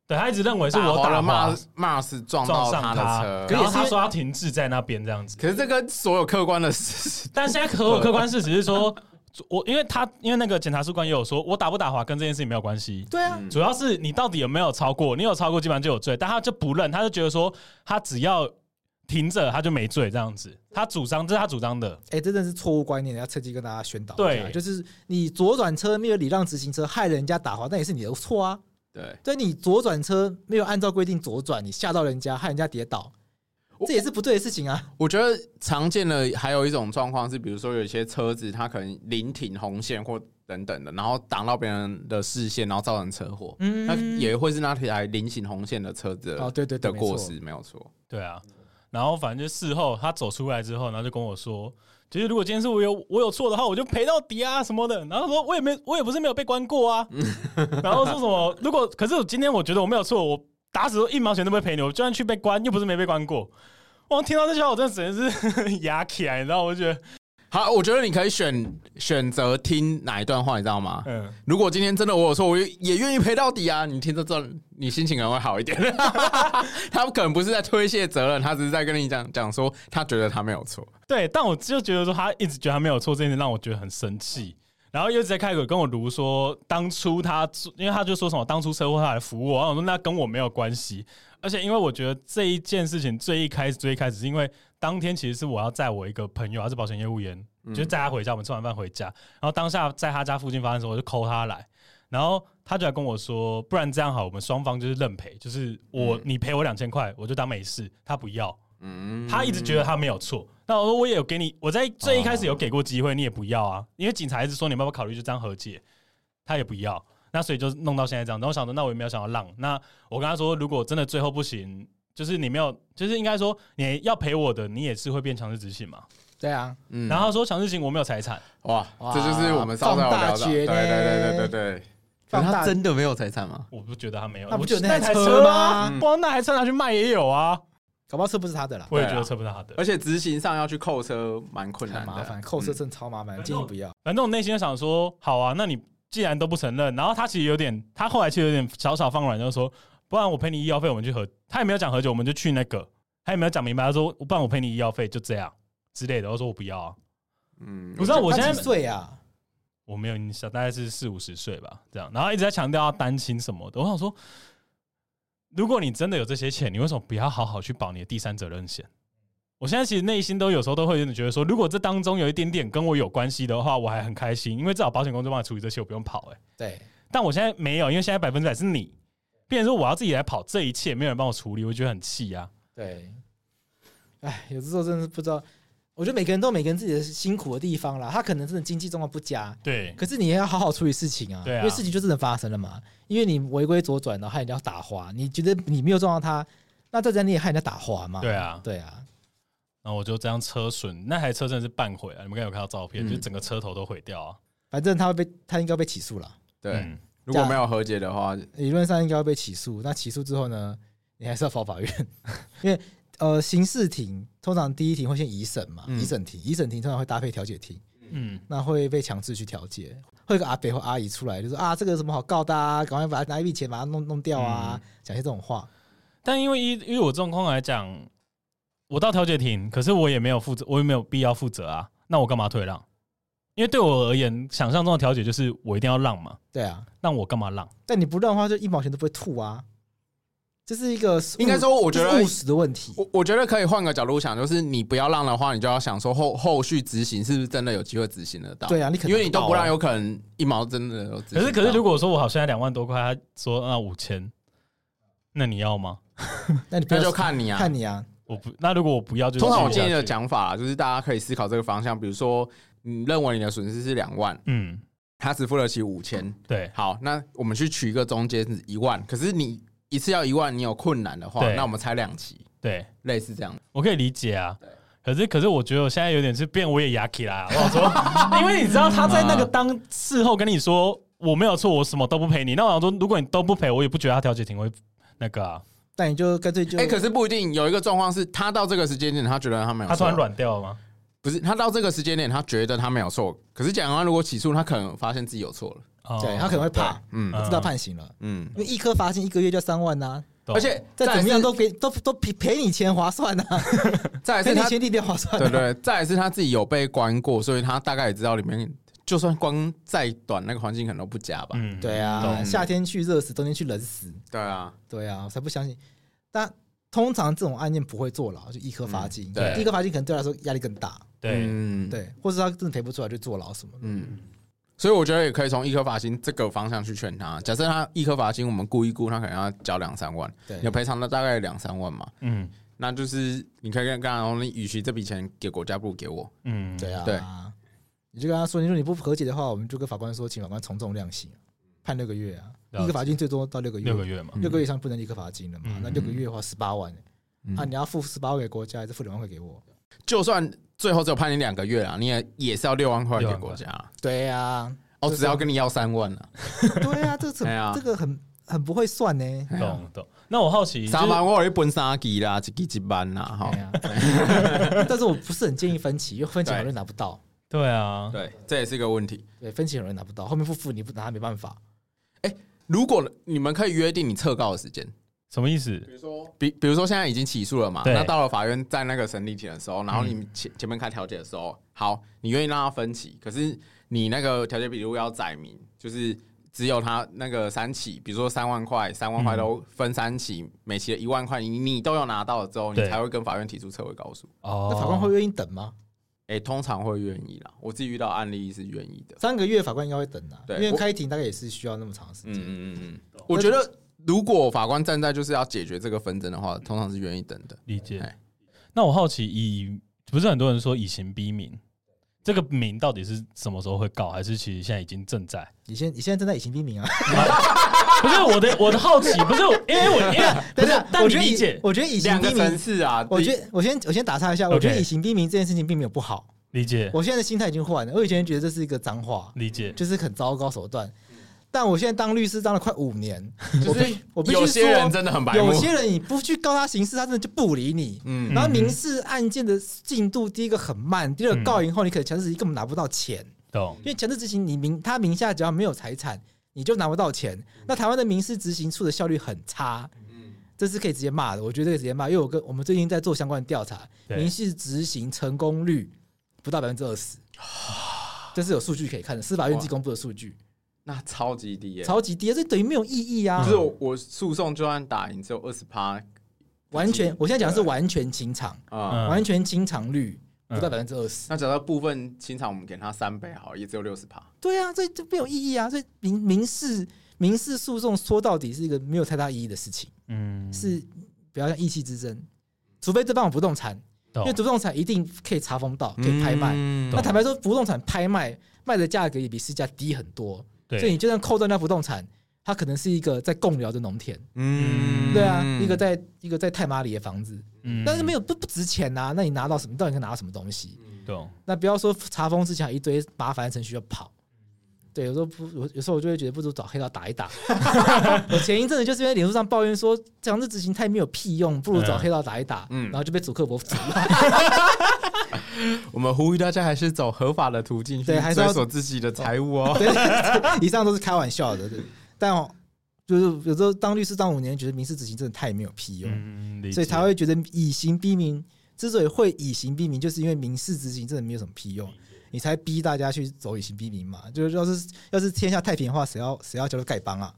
对他一直认为是
打
我
滑
打
了
滑
骂，骂是撞
撞
到
上
他
他
的
可
车。
是
然
也
后
是
他说他停滞在那边这样子。
可是这跟所有客观的事实，
但现在可有客观事实是说，我因为他因为那个检察官也有说，我打不打滑跟这件事情没有关系。
对啊，
嗯
主要是你到底有没有超过？你有超过，基本上就有罪。但他就不认，他就觉得说他只要停着，他就没罪这样子。他主张这是他主张的，
哎、这真的是错误观念，要趁机跟大家宣导一下。
对
就是你左转车没有礼让直行车，害人家打滑，那也是你的错啊。
对，
对你左转车没有按照规定左转，你吓到人家，害人家跌倒，
我
这也是不对的事情啊。
我觉得常见的还有一种状况是，比如说有一些车子它可能临停红线或等等的，然后挡到别人的视线，然后造成车祸，
嗯
那也会是那台临行红线的车子的
哦，对对对，
的
没
过
错
失，没有错。
对啊。然后反正就事后他走出来之后，然后就跟我说，就是如果今天是我有我有错的话，我就赔到底啊什么的。然后说我也没我也不是没有被关过啊。然后说什么如果可是我今天我觉得我没有错，我打死都一毛钱都不会赔你，我就算去被关又不是没被关过。我听到这句话，我真的只能是 牙起来，你知道？我就觉得，
好，我觉得你可以选选择听哪一段话，你知道吗？
嗯，
如果今天真的我有错，我也愿意赔到底啊！你听这段，你心情可能会好一点。 他可能不是在推卸责任，他只是在跟你讲讲说，他觉得他没有错。
对，但我就觉得说他一直觉得他没有错，这件事让我觉得很生气。然后又一直在开口跟我如说，当初他做因为他就说什么当初车祸他来扶我，然后我说那跟我没有关系。而且因为我觉得这一件事情最一开始最一开始是因为当天其实是我要载我一个朋友，他是保险业务员，就载他回家，我们吃完饭回家，然后当下在他家附近发生的时候，我就扣他来，然后他就来跟我说，不然这样好，我们双方就是认赔，就是我、你赔我两千块，我就当没事，他不要，
嗯，
他一直觉得他没有错。那我说我也有给你，我在最一开始有给过机会，你也不要啊，因为警察一直说你要不要考虑就这样和解，他也不要。那所以就弄到现在这样，然后我想说，那我也没有想要让。那我跟他说，如果真的最后不行，就是你没有，就是应该说你要赔我的，你也是会变强制执行嘛。
对啊，
嗯
然后他说强制执行我没有财产，
哇，
哇
这就是我们上次有聊
放大
到，
决
对对
呢
对对对对。
放大
的没有财产吗？
我不觉得他没有，
他不
我
就有那台
台
车
啊
嗯
吗？
不然那台车拿去卖也有啊，
搞不好车不是他的啦，
我也
对啊
觉得车不是他的。
而且执行上要去扣车，蛮困难
很
的，
麻烦，扣车真的超麻烦，
嗯
建议不要。
反正我内心就想说，好啊，那你既然都不承认，然后他其实有点，他后来其实有点小小放软，就说，不然我赔你医药费，我们去和，他也没有讲和解，我们就去那个，他也没有讲明白，他说，不然我赔你医药费，就这样之类的。我说我不要啊，
嗯，
不知道我现
他
在
几岁啊？
我没有印象，大概是四五十岁吧，这样。然后一直在强调要单亲什么的，我想说，如果你真的有这些钱，你为什么不要好好去保你的第三责任险？我现在其实内心都有时候都会有点觉得说，如果这当中有一点点跟我有关系的话，我还很开心，因为至少保险公司帮我处理这些，我不用跑、欸。
对，
但我现在没有，因为现在百分之百是你，变成说我要自己来跑这一切，没有人帮我处理，我觉得很气啊。
对，哎，有的时候真的是不知道。我觉得每个人都有每个人自己的辛苦的地方啦，他可能真的经济状况不佳，
对
可是你也要好好处理事情啊，
对啊
因为事情就真的发生了嘛。因为你违规左转，然后害人家打滑，你觉得你没有撞到他，那再这样你也害人家打滑嘛？
对，啊，
对啊，
然后我就这样车损，那台车真的是半毁啊！你们刚才有看到照
嗯
片，就是整个车头都毁掉啊。
反正他会被他应该被起诉了，
对。
嗯，
如果没有和解的话，
理论上应该会被起诉。那起诉之后呢，你还是要跑法院， 因为呃刑事庭通常第一庭会先移审嘛，
嗯
移审庭，移审庭通常会搭配调解庭。
嗯，
那会被强制去调解，会有个阿伯或阿姨出来就说啊，这个有什么好告的啊，赶快把拿一笔钱把它弄弄掉啊，
嗯
讲、些这种话。
但因为依依我状况来讲，我到调解庭，可是我也没有负责，我也没有必要负责啊。那我干嘛退让？因为对我而言，想象中的调解就是我一定要让嘛，
对啊，
那我干嘛让？
但你不让的话，就一毛钱都不会吐啊。这是一个
应该说我觉得
这是务实的问题。
我我觉得可以换个角度想，就是你不要让的话，你就要想说后后续执行是不是真的有机会执行得到？
对啊你可能
因为你都不
不到啊
让，有可能一毛真的有执行
可
到。
是可是如果说我好现在两万多块，他说那五千，那你要吗？
那你不
那
要
就看你啊，
看你啊，
我不，那如果我不要就
通常我
继续
建议的
下去，
讲法啦啊就是大家可以思考这个方向，比如说你认为你的损失是两万，
嗯，
他只付得起五千，
对，
好，那我们去取一个中间是一万，可是你一次要一万，你有困难的话，
对
那我们拆两期，
对
类似这样。
我可以理解啊。可是可是我觉得我现在有点是变我也牙起啊啦，我想 说，因为你知道他在那个
嗯
当事后跟你说我没有错，我什么都不赔你。那我想说，如果你都不赔，我也不觉得他调解庭会那个啊，
但你就干脆就
哎、可是不一定，有一个状况是他到这个时间点，他觉得他没有
他
错，
突然软掉了吗？
不是他到这个时间点，他觉得他没有错，可是检察官如果起诉，他可能发现自己有错了，
哦
对他可能会怕，
嗯
不知道判刑了，
嗯，
因为一颗罚金一个月就三万呐，
懂
而且
再怎么样
来
都赔都都赔赔你钱划算呐，
是再来
赔
是
你
他，
钱地点划算
对
啊。
对，再来是他自己有被关过，所以他大概也知道里面就算关再短，那个环境可能都不佳吧，
嗯
对啊，
懂
夏天去热死，冬天去冷死，
对啊，
对啊，我才不相信。但通常这种案件不会坐牢，就一颗罚金，
嗯对
一颗罚金可能对他来说压力更大，
对，
嗯，
对，或者他真的赔不出来就坐牢什么的。
嗯，所以我觉得也可以从一颗罚金这个方向去劝他。假设他一颗罚金，我们估一估，他可能要交两三万，
对
你的赔偿了大概两三万嘛，
嗯
那就是你可以跟刚才说，你与其这笔钱给国家，不如给我。
嗯，
对啊，
对
你就跟他说，你说你不和解的话，我们就跟法官说，请法官从重量刑，啊判六个月啊，
了解
一个罚金最多到六个月，
六个月嘛，
六个月以上不能一个罚金了嘛？
嗯
那六个月的话十八万，
嗯
啊，你要付十八万给国家，还是付两万块给我？
就算最后只有判你两个月啊，你也也是要六万块给国家。啊
对呀，
哦，只要跟你要三万啊了，
对呀，这个
哎呀
很这个很很不会算呢。
懂懂。那我好奇，就是
三万我有一本三级啦，一级一万啊啦，哈
哎。呀 但是我不是很建议分期，因为分期很容易拿不到，
对啊，
对，这也是一个问题。
对，分期很容易拿不到，后面付付你不拿他没办法。
如果你们可以约定你撤告的时间，
什么意思？
比如说，比比如说现在已经起诉了嘛，
对
那到了法院在那个审理庭的时候，然后你前前面开调解的时候，好，你愿意让他分期，可是你那个调解笔录要载明，就是只有他那个三期，比如说三万块，三万块都分三期，每期的一万块你你都有拿到了之后，你
对
才会跟法院提出撤回告诉。
哦，
那法官会愿意等吗？
哎、通常会愿意啦，我自己遇到案例是愿意的。
三个月法官应该会等啊，
对
因为
我
开庭大概也是需要那么长的时
嗯
间。
嗯嗯嗯，我觉得如果法官站在就是要解决这个纷争的话，通常是愿意等的。
理解
哎。
那我好奇，以不是很多人说以刑逼民，这个民到底是什么时候会告，还是其实现在已经正在？
你现你现在正在以刑逼民啊？
不是我的我的好奇，不是我因为我因为不
等
是啊
等，，
但
我
你
觉得
理
以
解
我觉得以刑
两个
逼
层
民，
次啊，
我
得。
觉得我先我先打岔一下，我觉得
OK
以刑逼民这件事情并没有不好，
理解
我现在的心态已经换了，我以前觉得这是一个脏话，
理解，
就是很糟糕手段。但我现在当律师当了快五年，我
就是
必我必
有
须
些人
说，
真的很白目，
有些人你不去告他刑事，他真的就不理你。
嗯
然后民事案件的进度，第一个很慢，第二个
嗯
告赢后，你可能强制执行根本拿不到钱，
懂
因为强制执行你名他名下只要没有财产，你就拿不到钱。那台湾的民事执行处的效率很差，这是可以直接骂的，我觉得可以直接骂，因为我跟我们最近在做相关的调查，
对
民事执行成功率不到百分之二十，这是有数据可以看的，司法院自己公布的数据
那超级低耶、
超级低，这等于没有意义啊
就是，我我诉讼就算打赢只有二十趴
完全，我现在讲的是完全清偿，
啊，
嗯
完全清偿率
嗯
不到百分之二十，
那假如部分清偿我们给他三倍好了，也只有六十趴。
对啊，这这没有意义啊，所以民民事民事诉讼说到底是一个没有太大意义的事情，
嗯
是不要像意气之争，除非对方有不动产，因
懂
为不动产一定可以查封到，可以拍卖。
嗯
那坦白说，不动产拍卖卖的价格也比市价低很多，所以
对
你就算扣掉那不动产，它可能是一个在贡寮的农田，
嗯
对啊，一个在一个在太马里的房子，
嗯
但是没有不不值钱呐、那你拿到什么？到底能拿到什么东西？
懂
那不要说查封之前还一堆麻烦的程序要跑。对，有时候不，有有时候我就会觉得不如找黑道打一 打。我前一阵子就是因为脸书上抱怨说强制执行太没有屁用，不如找
嗯
黑道打一打，
嗯
然后就被主客博服
我们呼吁大家还是走合法的途径
对还
去
是要
追索自己的财务哦。
对，以上都是开玩笑的。对，但哦就是有时候当律师当五年，觉得民事执行真的太没有屁用，
嗯，理解
所以才会觉得以刑逼民。之所以会以刑逼民，就是因为民事执行真的没有什么屁用，你才逼大家去走以刑逼民嘛。就是要是要是天下太平的话，谁要谁要加入丐帮啊？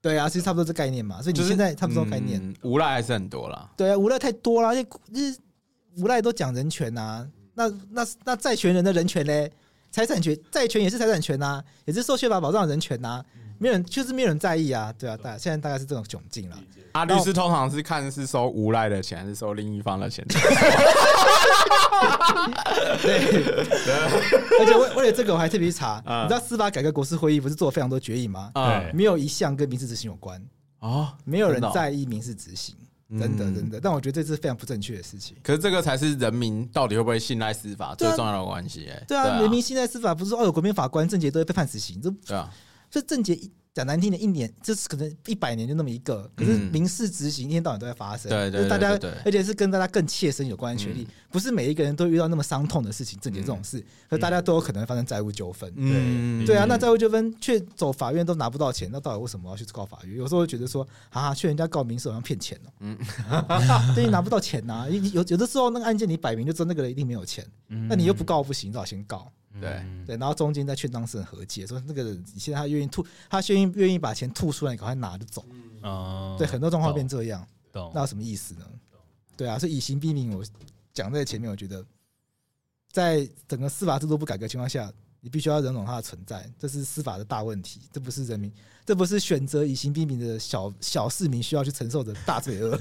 对啊，其实差不多这概念嘛，所以你
就是
现在差不多概念。
嗯无赖还是很多啦。
对啊，无赖太多了，而且就是无赖都讲人权呐、啊那那那债权人的人权嘞，财产权债权也是财产权呐、也是受宪法保障的人权呐、没有人就是没有人在意啊，对啊，大现在大概是这种窘境了。
啊，律师通常是看是收无赖的钱，还是收另一方的钱。
而且为为了这个，我还特别去查，
嗯
你知道司法改革国是会议不是做了非常多决议吗？
啊
对
没有一项跟民事执行有关，
哦，
没有人
真的哦
在意民事执行，真的
嗯
真的。但我觉得这是非常不正确的事情。
可是这个才是人民到底会不会信赖司法
对
最
啊
重要的关系。哎，
对啊，人民现在司法不是说哦，有国民法官郑杰都会被判死刑，这
对啊，
这郑杰一讲难听点，一年就是可能一百年就那么一个，可是
嗯
民事执行一天到晚都在发生，
对对
就是大
对
家
对嗯对
而且是跟大家更切身有关的权利，不是每一个人都遇到那么伤痛的事情，郑杰这种事，可是大家都有可能发生债务纠纷。
嗯，
对啊，那债务纠纷却走法院都拿不到钱，那到底为什么要去告法院？有时候会觉得说，啊，去人家告民事好像骗钱哦、 对，你拿不到钱呐、有有有的时候那个案件你摆明就知道那个人一定没有钱，那你又不告不行，你只好先告。
对
对，然后中间再劝当事人和解，说那个人现在他愿意吐，他愿意愿意把钱吐出来，你赶快拿就走。
嗯，
对，很多状况变
懂
这样，
懂
那有什么意思呢？对啊，所以以刑逼民，我讲在前面，我觉得在整个司法制度不改革情况下，你必须要忍容它的存在，这是司法的大问题，这不是人民，这不是选择以刑逼民的小小市民需要去承受的大罪恶。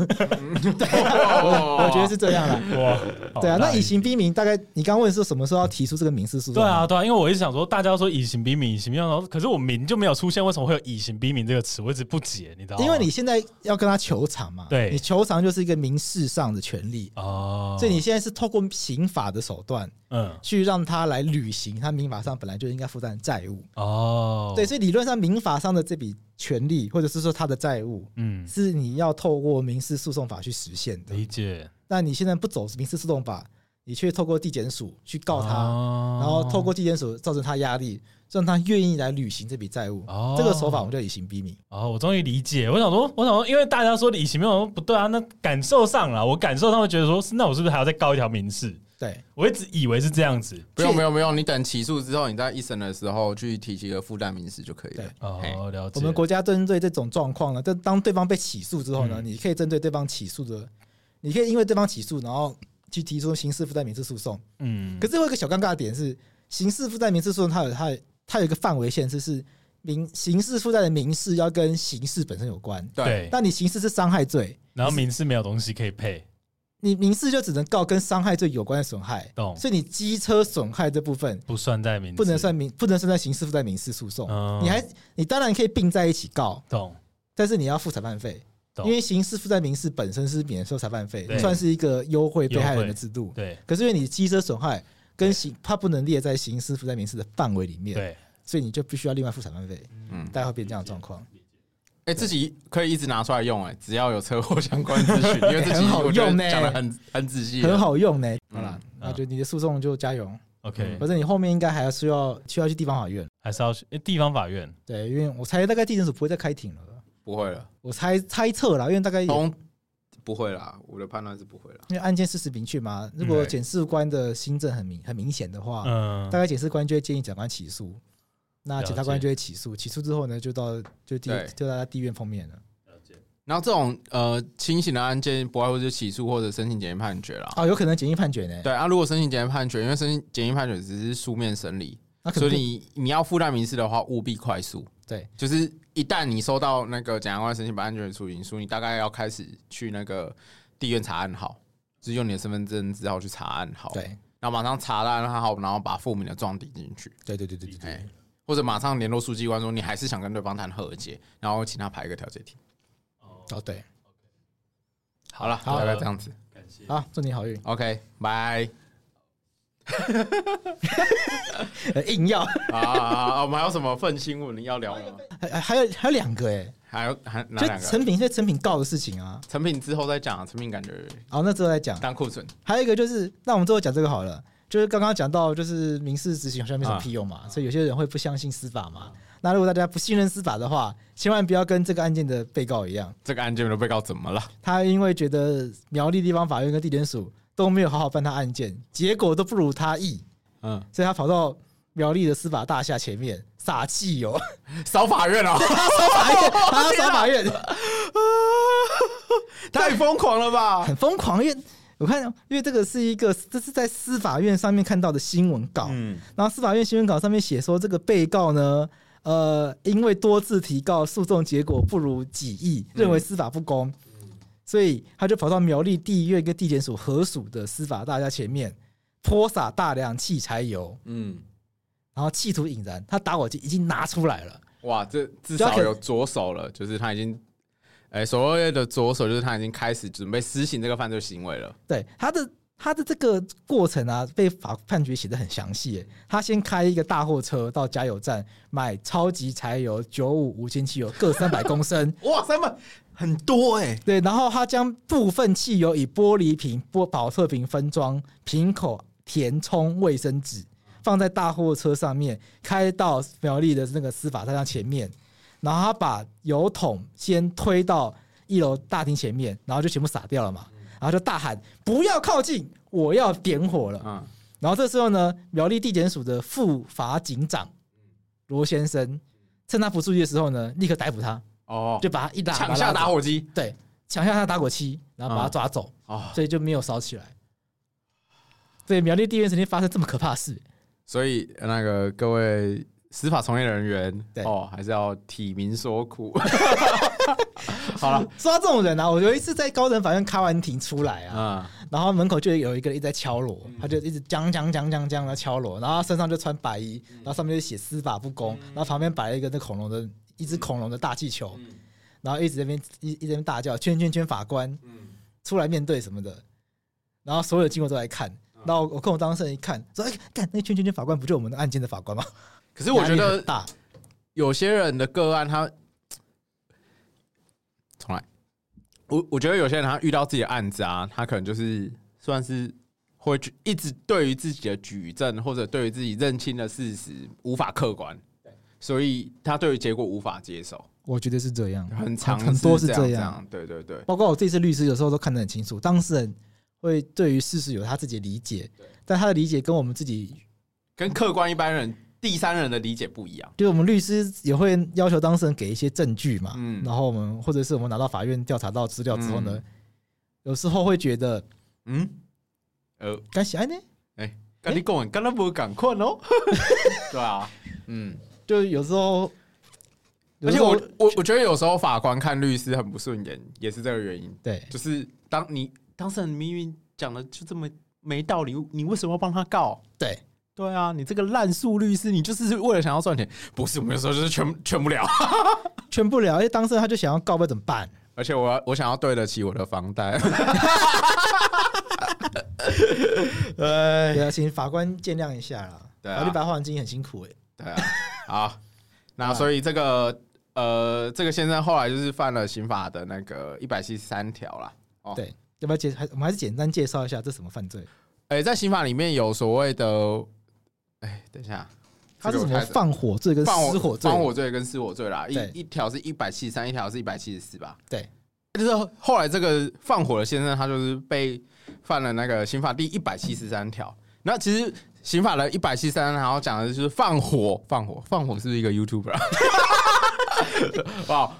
我
我觉 得是这样 啦。
哇，好
对啊，那
大
以刑逼民，大概你刚问是什么时候要提出这个民事诉讼？
对啊，，对啊，因为我一直想说，大家都说以刑逼民，以刑逼民，然后可是我民就没有出现，为什么会有以刑逼民这个词？我一直不解，你知道吗？
因为你现在要跟他求偿嘛，
对
你求偿就是一个民事上的权利，
哦，
所以你现在是透过刑法的手段
嗯
去让他来履行他民法上本来就应该负担的债务，
哦，
对，所以理论上民法上的这笔权利或者是说他的债务。
嗯，
是你要透过民事诉讼法去实现的。
理解，
那你现在不走民事诉讼法，你却透过地检署去告他，
哦
然后透过地检署造成他压力，让他愿意来履行这笔债务。
哦
这个手法我们叫以刑逼民。
哦，我终于理解。我想说，我想说，因为大家说以刑逼民不对啊，那感受上了，我感受上会觉得说，是那我是不是还要再告一条民事？
对，
我一直以为是这样子。
不用不用不用，你等起诉之后，你在一审的时候去提起一个附带民事就可以了
对。
嘿
哦，了解。
我们国家针对这种状况呢，但当对方被起诉之
嗯
后呢，你可以针对对方起诉的，你可以因为对方起诉，然后去提出刑事附带民事诉讼。
嗯，
可是我有一个小尴尬的点是，刑事附带民事诉讼它有它有它有一个范围限制是民刑事附带的民事要跟刑事本身有关，
对，
但你刑事是伤害罪，
然后民事没有东西可以配，
你民事就只能告跟伤害罪有关的损害，
懂
所以你机车损害这部分
不算在民事，
不能算民不能算在刑事附带民事诉讼，
嗯
你还你当然可以并在一起告，
懂
但是你要付裁判费，
懂
因为刑事附带民事本身是免受裁判费
对，
算是一个优惠被害人
优惠
的制度。
对
可是因为你机车损害跟刑，它不能列在刑事附带民事的范围里面，
对
所以你就必须要另外付裁判费。
嗯
嗯，大概会变这样的状况。
哎，自己可以一直拿出来用，哎，只要有车祸相关 资讯，因为自己
很好
我觉得
用呢
讲的很很仔细，
很。好用呢。
嗯
好啦，那就你的诉讼就加油，
，OK，
反正你后面应该还需要需要去地方法院。
还是要去诶地方法院。
对，因为我猜大概地检署不会再开庭了，
不会了，
我猜猜测啦，因为大概也
通不会啦，我的判断是不会啦。
因为案件事实明确嘛，如果
对
检视官的新政很明很明显的话，
嗯
大，概检视官就会建议检察官起诉，那检察官就会起诉，起诉之后呢，就到就地
对
就到他地院碰面了。
然后这种呃轻型的案件，不外乎就是起诉或者申请简易判决啦。
哦，有可能简易判决呢，
对啊，如果申请简易判决，因为申请简易判决只是书面审理，
那可
所
能
以
不
你你要附带民事的话，务必快速。
对，
就是一旦你收到那个检察官申请本案决处刑书，你大概要开始去那个地院查案号，就是用你的身份证字号去查案号，，
对
然后马上查到案号，然后把父母的状抵进去，
对对对对对对
哎，或者马上联络书记官说你还是想跟对方谈和解，然后请他排一个调解庭。
哦对，
好了，
好
大概这样子
好，啊祝你好运。
，OK，拜。
呃硬要，
啊啊啊啊！我们还有什么愤青文要聊吗？
还还还有还有两个哎，
还有还哪
就
两个？
成品是成品告的事情啊。
成品之后再讲啊，成品感觉
好，那之后再讲。
当库存。
还有一个就是，那我们最后讲这个好了，就是刚刚讲到，就是民事执行好像没
啊
什么屁用嘛，所以有些人会不相信司法嘛。那如果大家不信任司法的话，千万不要跟这个案件的被告一样，
这个案件的被告怎么了？
他因为觉得苗栗地方法院跟地检署都没有好好办他案件，结果都不如他意，
嗯，
所以他跑到苗栗的司法大厦前面撒哦汽油，
扫法院哦，
扫法院，他要扫法院，
太疯狂了 吧！
很疯狂。因为我看，因为这个是一个，这是在司法院上面看到的新闻稿，
嗯，
然后司法院新闻稿上面写说，这个被告呢，呃，因为多次提告，诉讼结果不如己意，认为司法不公，所以他就跑到苗栗地院跟地检署合署的司法大厦前面，泼洒大量汽柴油，
嗯，
然后企图引燃。他打火机已经拿出来了，
哇，这
只
至
要
少
可以
有左手了，就是他已经，哎、所谓的左手就是他已经开始准备施行这个犯罪行为了。
对他的。他的这个过程啊，被法判决写的很详细耶。他先开一个大货车到加油站买超级柴油九五无铅汽油各三百公升，
哇，三百很多哎、
对，然后他将部分汽油以玻璃瓶、玻保特瓶分装，瓶口填充卫生纸，放在大货车上面，开到苗栗的那个司法大厦前面，然后他把油桶先推到一楼大厅前面，然后就全部洒掉了嘛，然后就大喊不要靠近，我要点火了。
嗯，
然后这时候呢，苗栗地检署的副法警长罗先生趁他不注意的时候呢，立刻逮捕他，
哦，
就把他一打
抢下打火机
对，抢下他打火机，然后把他抓走，
哦，
所以就没有烧起来。对，苗栗地院曾经发生这么可怕的事，
所以那个各位司法从业人员，
对
哦，还是要体民所苦。 好了，
说到这种人啊，我有一次在高等法院开完庭出来啊，
嗯，
然后门口就有一个人一直在敲锣，他就一直将将将将将的敲锣，然后他身上就穿白衣，然后上面就写司法不公，然后旁边摆了一个那恐龙的一只恐龙的大气球，然后一直在那边一一直在那边大叫圈圈圈法官出来面对什么的，然后所有的经过都来看。然后我跟我当事人一看，说：“哎，干，那圈圈圈法官不就我们的案件的法官吗？”
可是我觉
压力
得
很大，
有些人的个案他，从来，我我觉得有些人他遇到自己的案子啊，他可能就是算是会去一直对于自己的举证或者对于自己认清的事实无法客观，所以他对于结果无法接受，
我觉得是这样，
很长
很多
是
是这
这样这
样。
样，对对对，
包括我这次律师有时候都看得很清楚，当事人会对于事实有他自己的理解，但他的理解跟我们自己，
跟客观一般人、第三人的理解不一样。
就是我们律师也会要求当事人给一些证据嘛，
嗯
然后我们或者是我们拿到法院调查到资料之后呢，
嗯
有时候会觉得
嗯，呃，哎
该写呢，
跟你讲，跟他不赶快 哦，对啊，嗯。
就有时候，
而
有
且
时候
我我我觉得有时候法官看律师很不顺眼，也是这个原因。
对
就是当你当事人明明讲的就这么没道理，你为什么要帮他告？
对
对啊，你这个烂素律师，你就是为了想要赚钱，不是？我们有时候就是劝劝不了。
劝不了，因为当事人他就想要告，不知道怎么办？
而且我要我想要对得起我的房贷。 哎，
对啊，请法官见谅一下啦，
对啊
法律白话文经营很辛苦哎、
对啊，好，
啊
那所以这个呃，这个先生后来就是犯了刑法的那个一百七十三条啦。哦
对，要不要介还我们还是简单介绍一下这是什么犯罪？
哎、在刑法里面有所谓的，哎、等一下，
它是
这
什
个我
么
太
放火罪跟
放
失火罪？
放火罪跟失火罪啦，一
对
一条是一百七十三，一条是一百七十四吧。
对，
就是后来这个放火的先生，他就是被犯了那个刑法第一百七十三条。那其实刑法的一百七十三，然后讲的就是放火，放火，放火是不是一个 YouTuber 啊。 哇，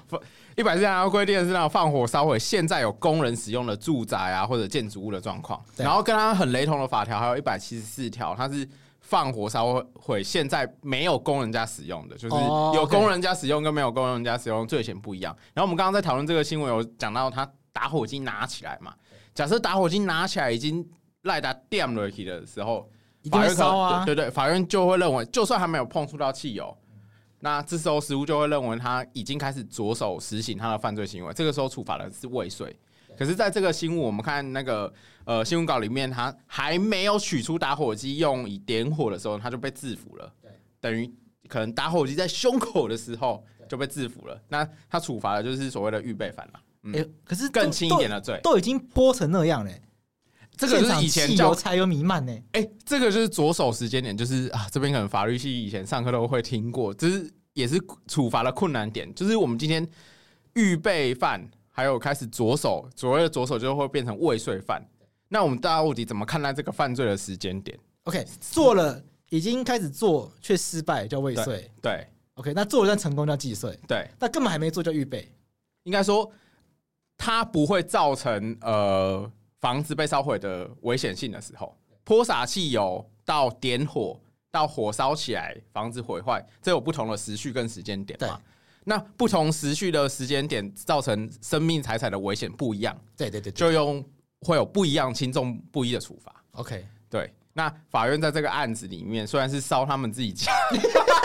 一百七十三条规定的是那种放火烧毁现在有工人使用的住宅啊或者建筑物的状况。
对
然后跟它很雷同的法条还有一百七十四条，它是放火烧毁现在没有工人家使用的，就是
哦
有
OK
工人家使用跟没有工人家使用罪嫌不一样。然后我们刚刚在讨论这个新闻，有讲到他打火机拿起来嘛，假设打火机拿起来已经赖达电了去的时候，
一定
法
会
院可
烧啊！
对对对，法院就会认为，就算还没有碰触到汽油，那这时候实务就会认为他已经开始着手实行他的犯罪行为，这个时候处罚的是未遂。可是，在这个新闻，我们看那个呃新闻稿里面，他还没有取出打火机用以点火的时候，他就被制服了。等于可能打火机在胸口的时候就被制服了。那他处罚的就是所谓的预备犯了，嗯
哎、可是
更
都
轻一点的罪。
都，都已经泼成那样嘞、
这个就是以
现场
前
汽
叫
油柴油弥漫呢、
哎、这个就是着手时间点，就是啊，这边可能法律系以前上课都会听过，就是也是处罚的困难点，就是我们今天预备犯，还有开始着手，所谓的着手就会变成未遂犯。那我们到底怎么看待这个犯罪的时间点？
OK，做了已经开始做却失败叫未遂
对
，OK，那做了但成功叫既遂，
对，
那根本还没做叫预备，
应该说它不会造成呃房子被烧毁的危险性的时候，泼洒汽油到点火到火烧起来，房子毁坏，这有不同的时序跟时间点嘛
对？
那不同时序的时间点造成生命财产的危险不一样，
对对对对
就用会有不一样轻重不一的处罚。
，OK，
对，那法院在这个案子里面虽然是烧他们自己家，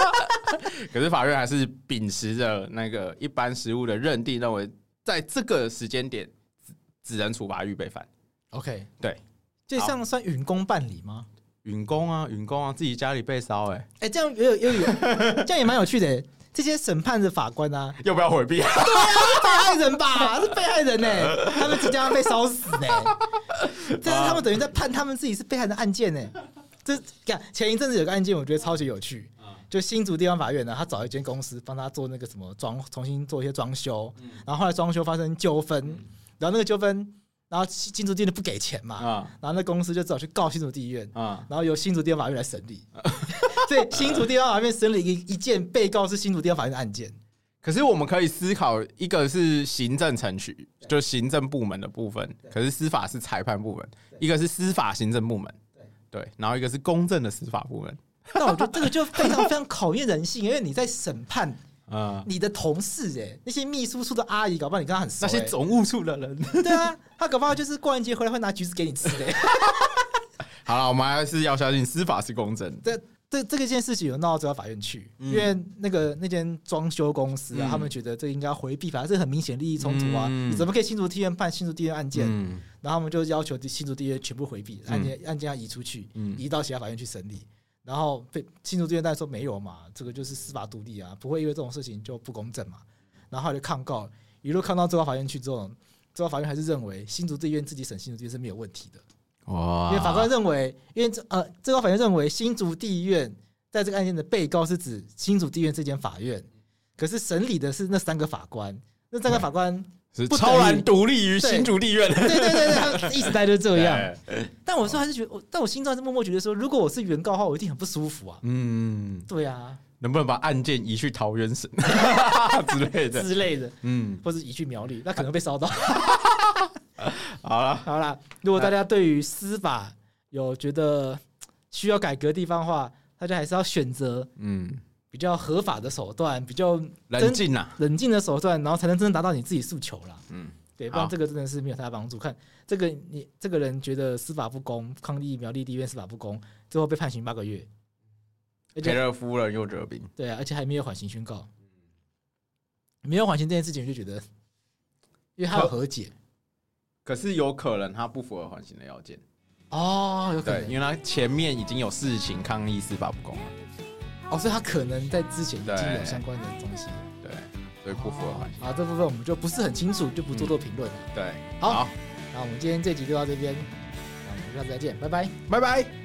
可是法院还是秉持着那个一般实务的认定，认为在这个时间点只只能处罚预备犯。
OK，
对，
这样算允公办理吗？
允公啊，允公啊，自己家里被烧、哎，
哎、这样也有 也有，这样也蛮有趣的欸。这些审判的法官啊，
要不要回避啊？
是被害人吧？是被害人呢、他们即将要被烧死 呢、这
啊
是他们等于在判他们自己是被害人的案件呢、这看前一阵子有个案件，我觉得超级有趣，
啊
就新竹地方法院啊呢，他找一间公司帮他做那个什么装，重新做一些装修，
嗯
然后后来装修发生纠纷，然后那个纠纷，然后新竹地院不给钱嘛，
啊
然后那公司就只好去告新竹地院，
啊
然后由新竹地方法院来审 理。所以新竹地方法院审理一一件被告是新竹地方法院的案件，
可是我们可以思考，一个是行政程序，就行政部门的部分；可是司法是裁判部门，一个是司法行政部门，对，然后一个是公正的司法部门，
那我觉得这个就非常非常考验人性，因为你在审判
嗯。
你的同事、哎，那些秘书处的阿姨，搞不好你跟她很熟、
那些
哎
总务处的人。
对啊，她搞不好就是过完节回来会拿橘子给你吃的、哎
好了，我们还是要相信司法是公正的。
这这这个件事情有闹到最高法院去，因为那个那间装修公司啊，
嗯
他们觉得这应该回避，反正这很明显利益冲突啊，
嗯
你怎么可以新竹地院判新竹地院案件？
嗯
然后他们就要求新竹地院全部回避，案件案件要移出去，
嗯
移到其他法院去审理。然后被新竹地院当然说没有嘛，这个就是司法独立啊，不会因为这种事情就不公正嘛。然后他就抗告，一路抗到最高法院去之后，最高法院还是认为新竹地院自己审新竹地院是没有问题的，
哇
因为法官认为，因为这呃最高法院认为新竹地院在这个案件的被告是指新竹地院这间法院，可是审理的是那三个法官，那三个法官，
是
不等于
超然独立于
对
新竹地院。
对对对对，他们一直待就是这样。
对
但我说还是觉得，我哦但我心中还是默默觉得说，如果我是原告的话，我一定很不舒服啊。
嗯，
对啊，
能不能把案件移去桃 园省之类的？
之类的，
嗯，
或者移去苗栗，那可能会被烧到。
好了，
好啦，如果大家对于司法有觉得需要改革的地方的话，大家还是要选择
嗯，
比较合法的手段，比较
冷静啦。
冷静的手段，然后才能真正达到你自己诉求啦。
嗯，
对，不然
好
这个真的是没有太大帮助。看这个你这个人觉得司法不公，抗议苗栗地院司法不公，最后被判刑八个月，而且
赔了夫人又折兵，
对啊，而且还没有缓刑宣告，没有缓刑这件事情，我就觉得，因为他有和解
可是有可能他不符合缓刑的要件。
哦，有可
对，
能
因为他前面已经有事情抗议司法不公了，
哦，所以他可能在之前已经有
对
相关的东西，
对，所以不符合缓刑。
啊，好这部分我们就不是很清楚，就不做做评论了。
对，
好
好，
那我们今天这集就到这边，那我们下次再见，拜拜。
拜拜。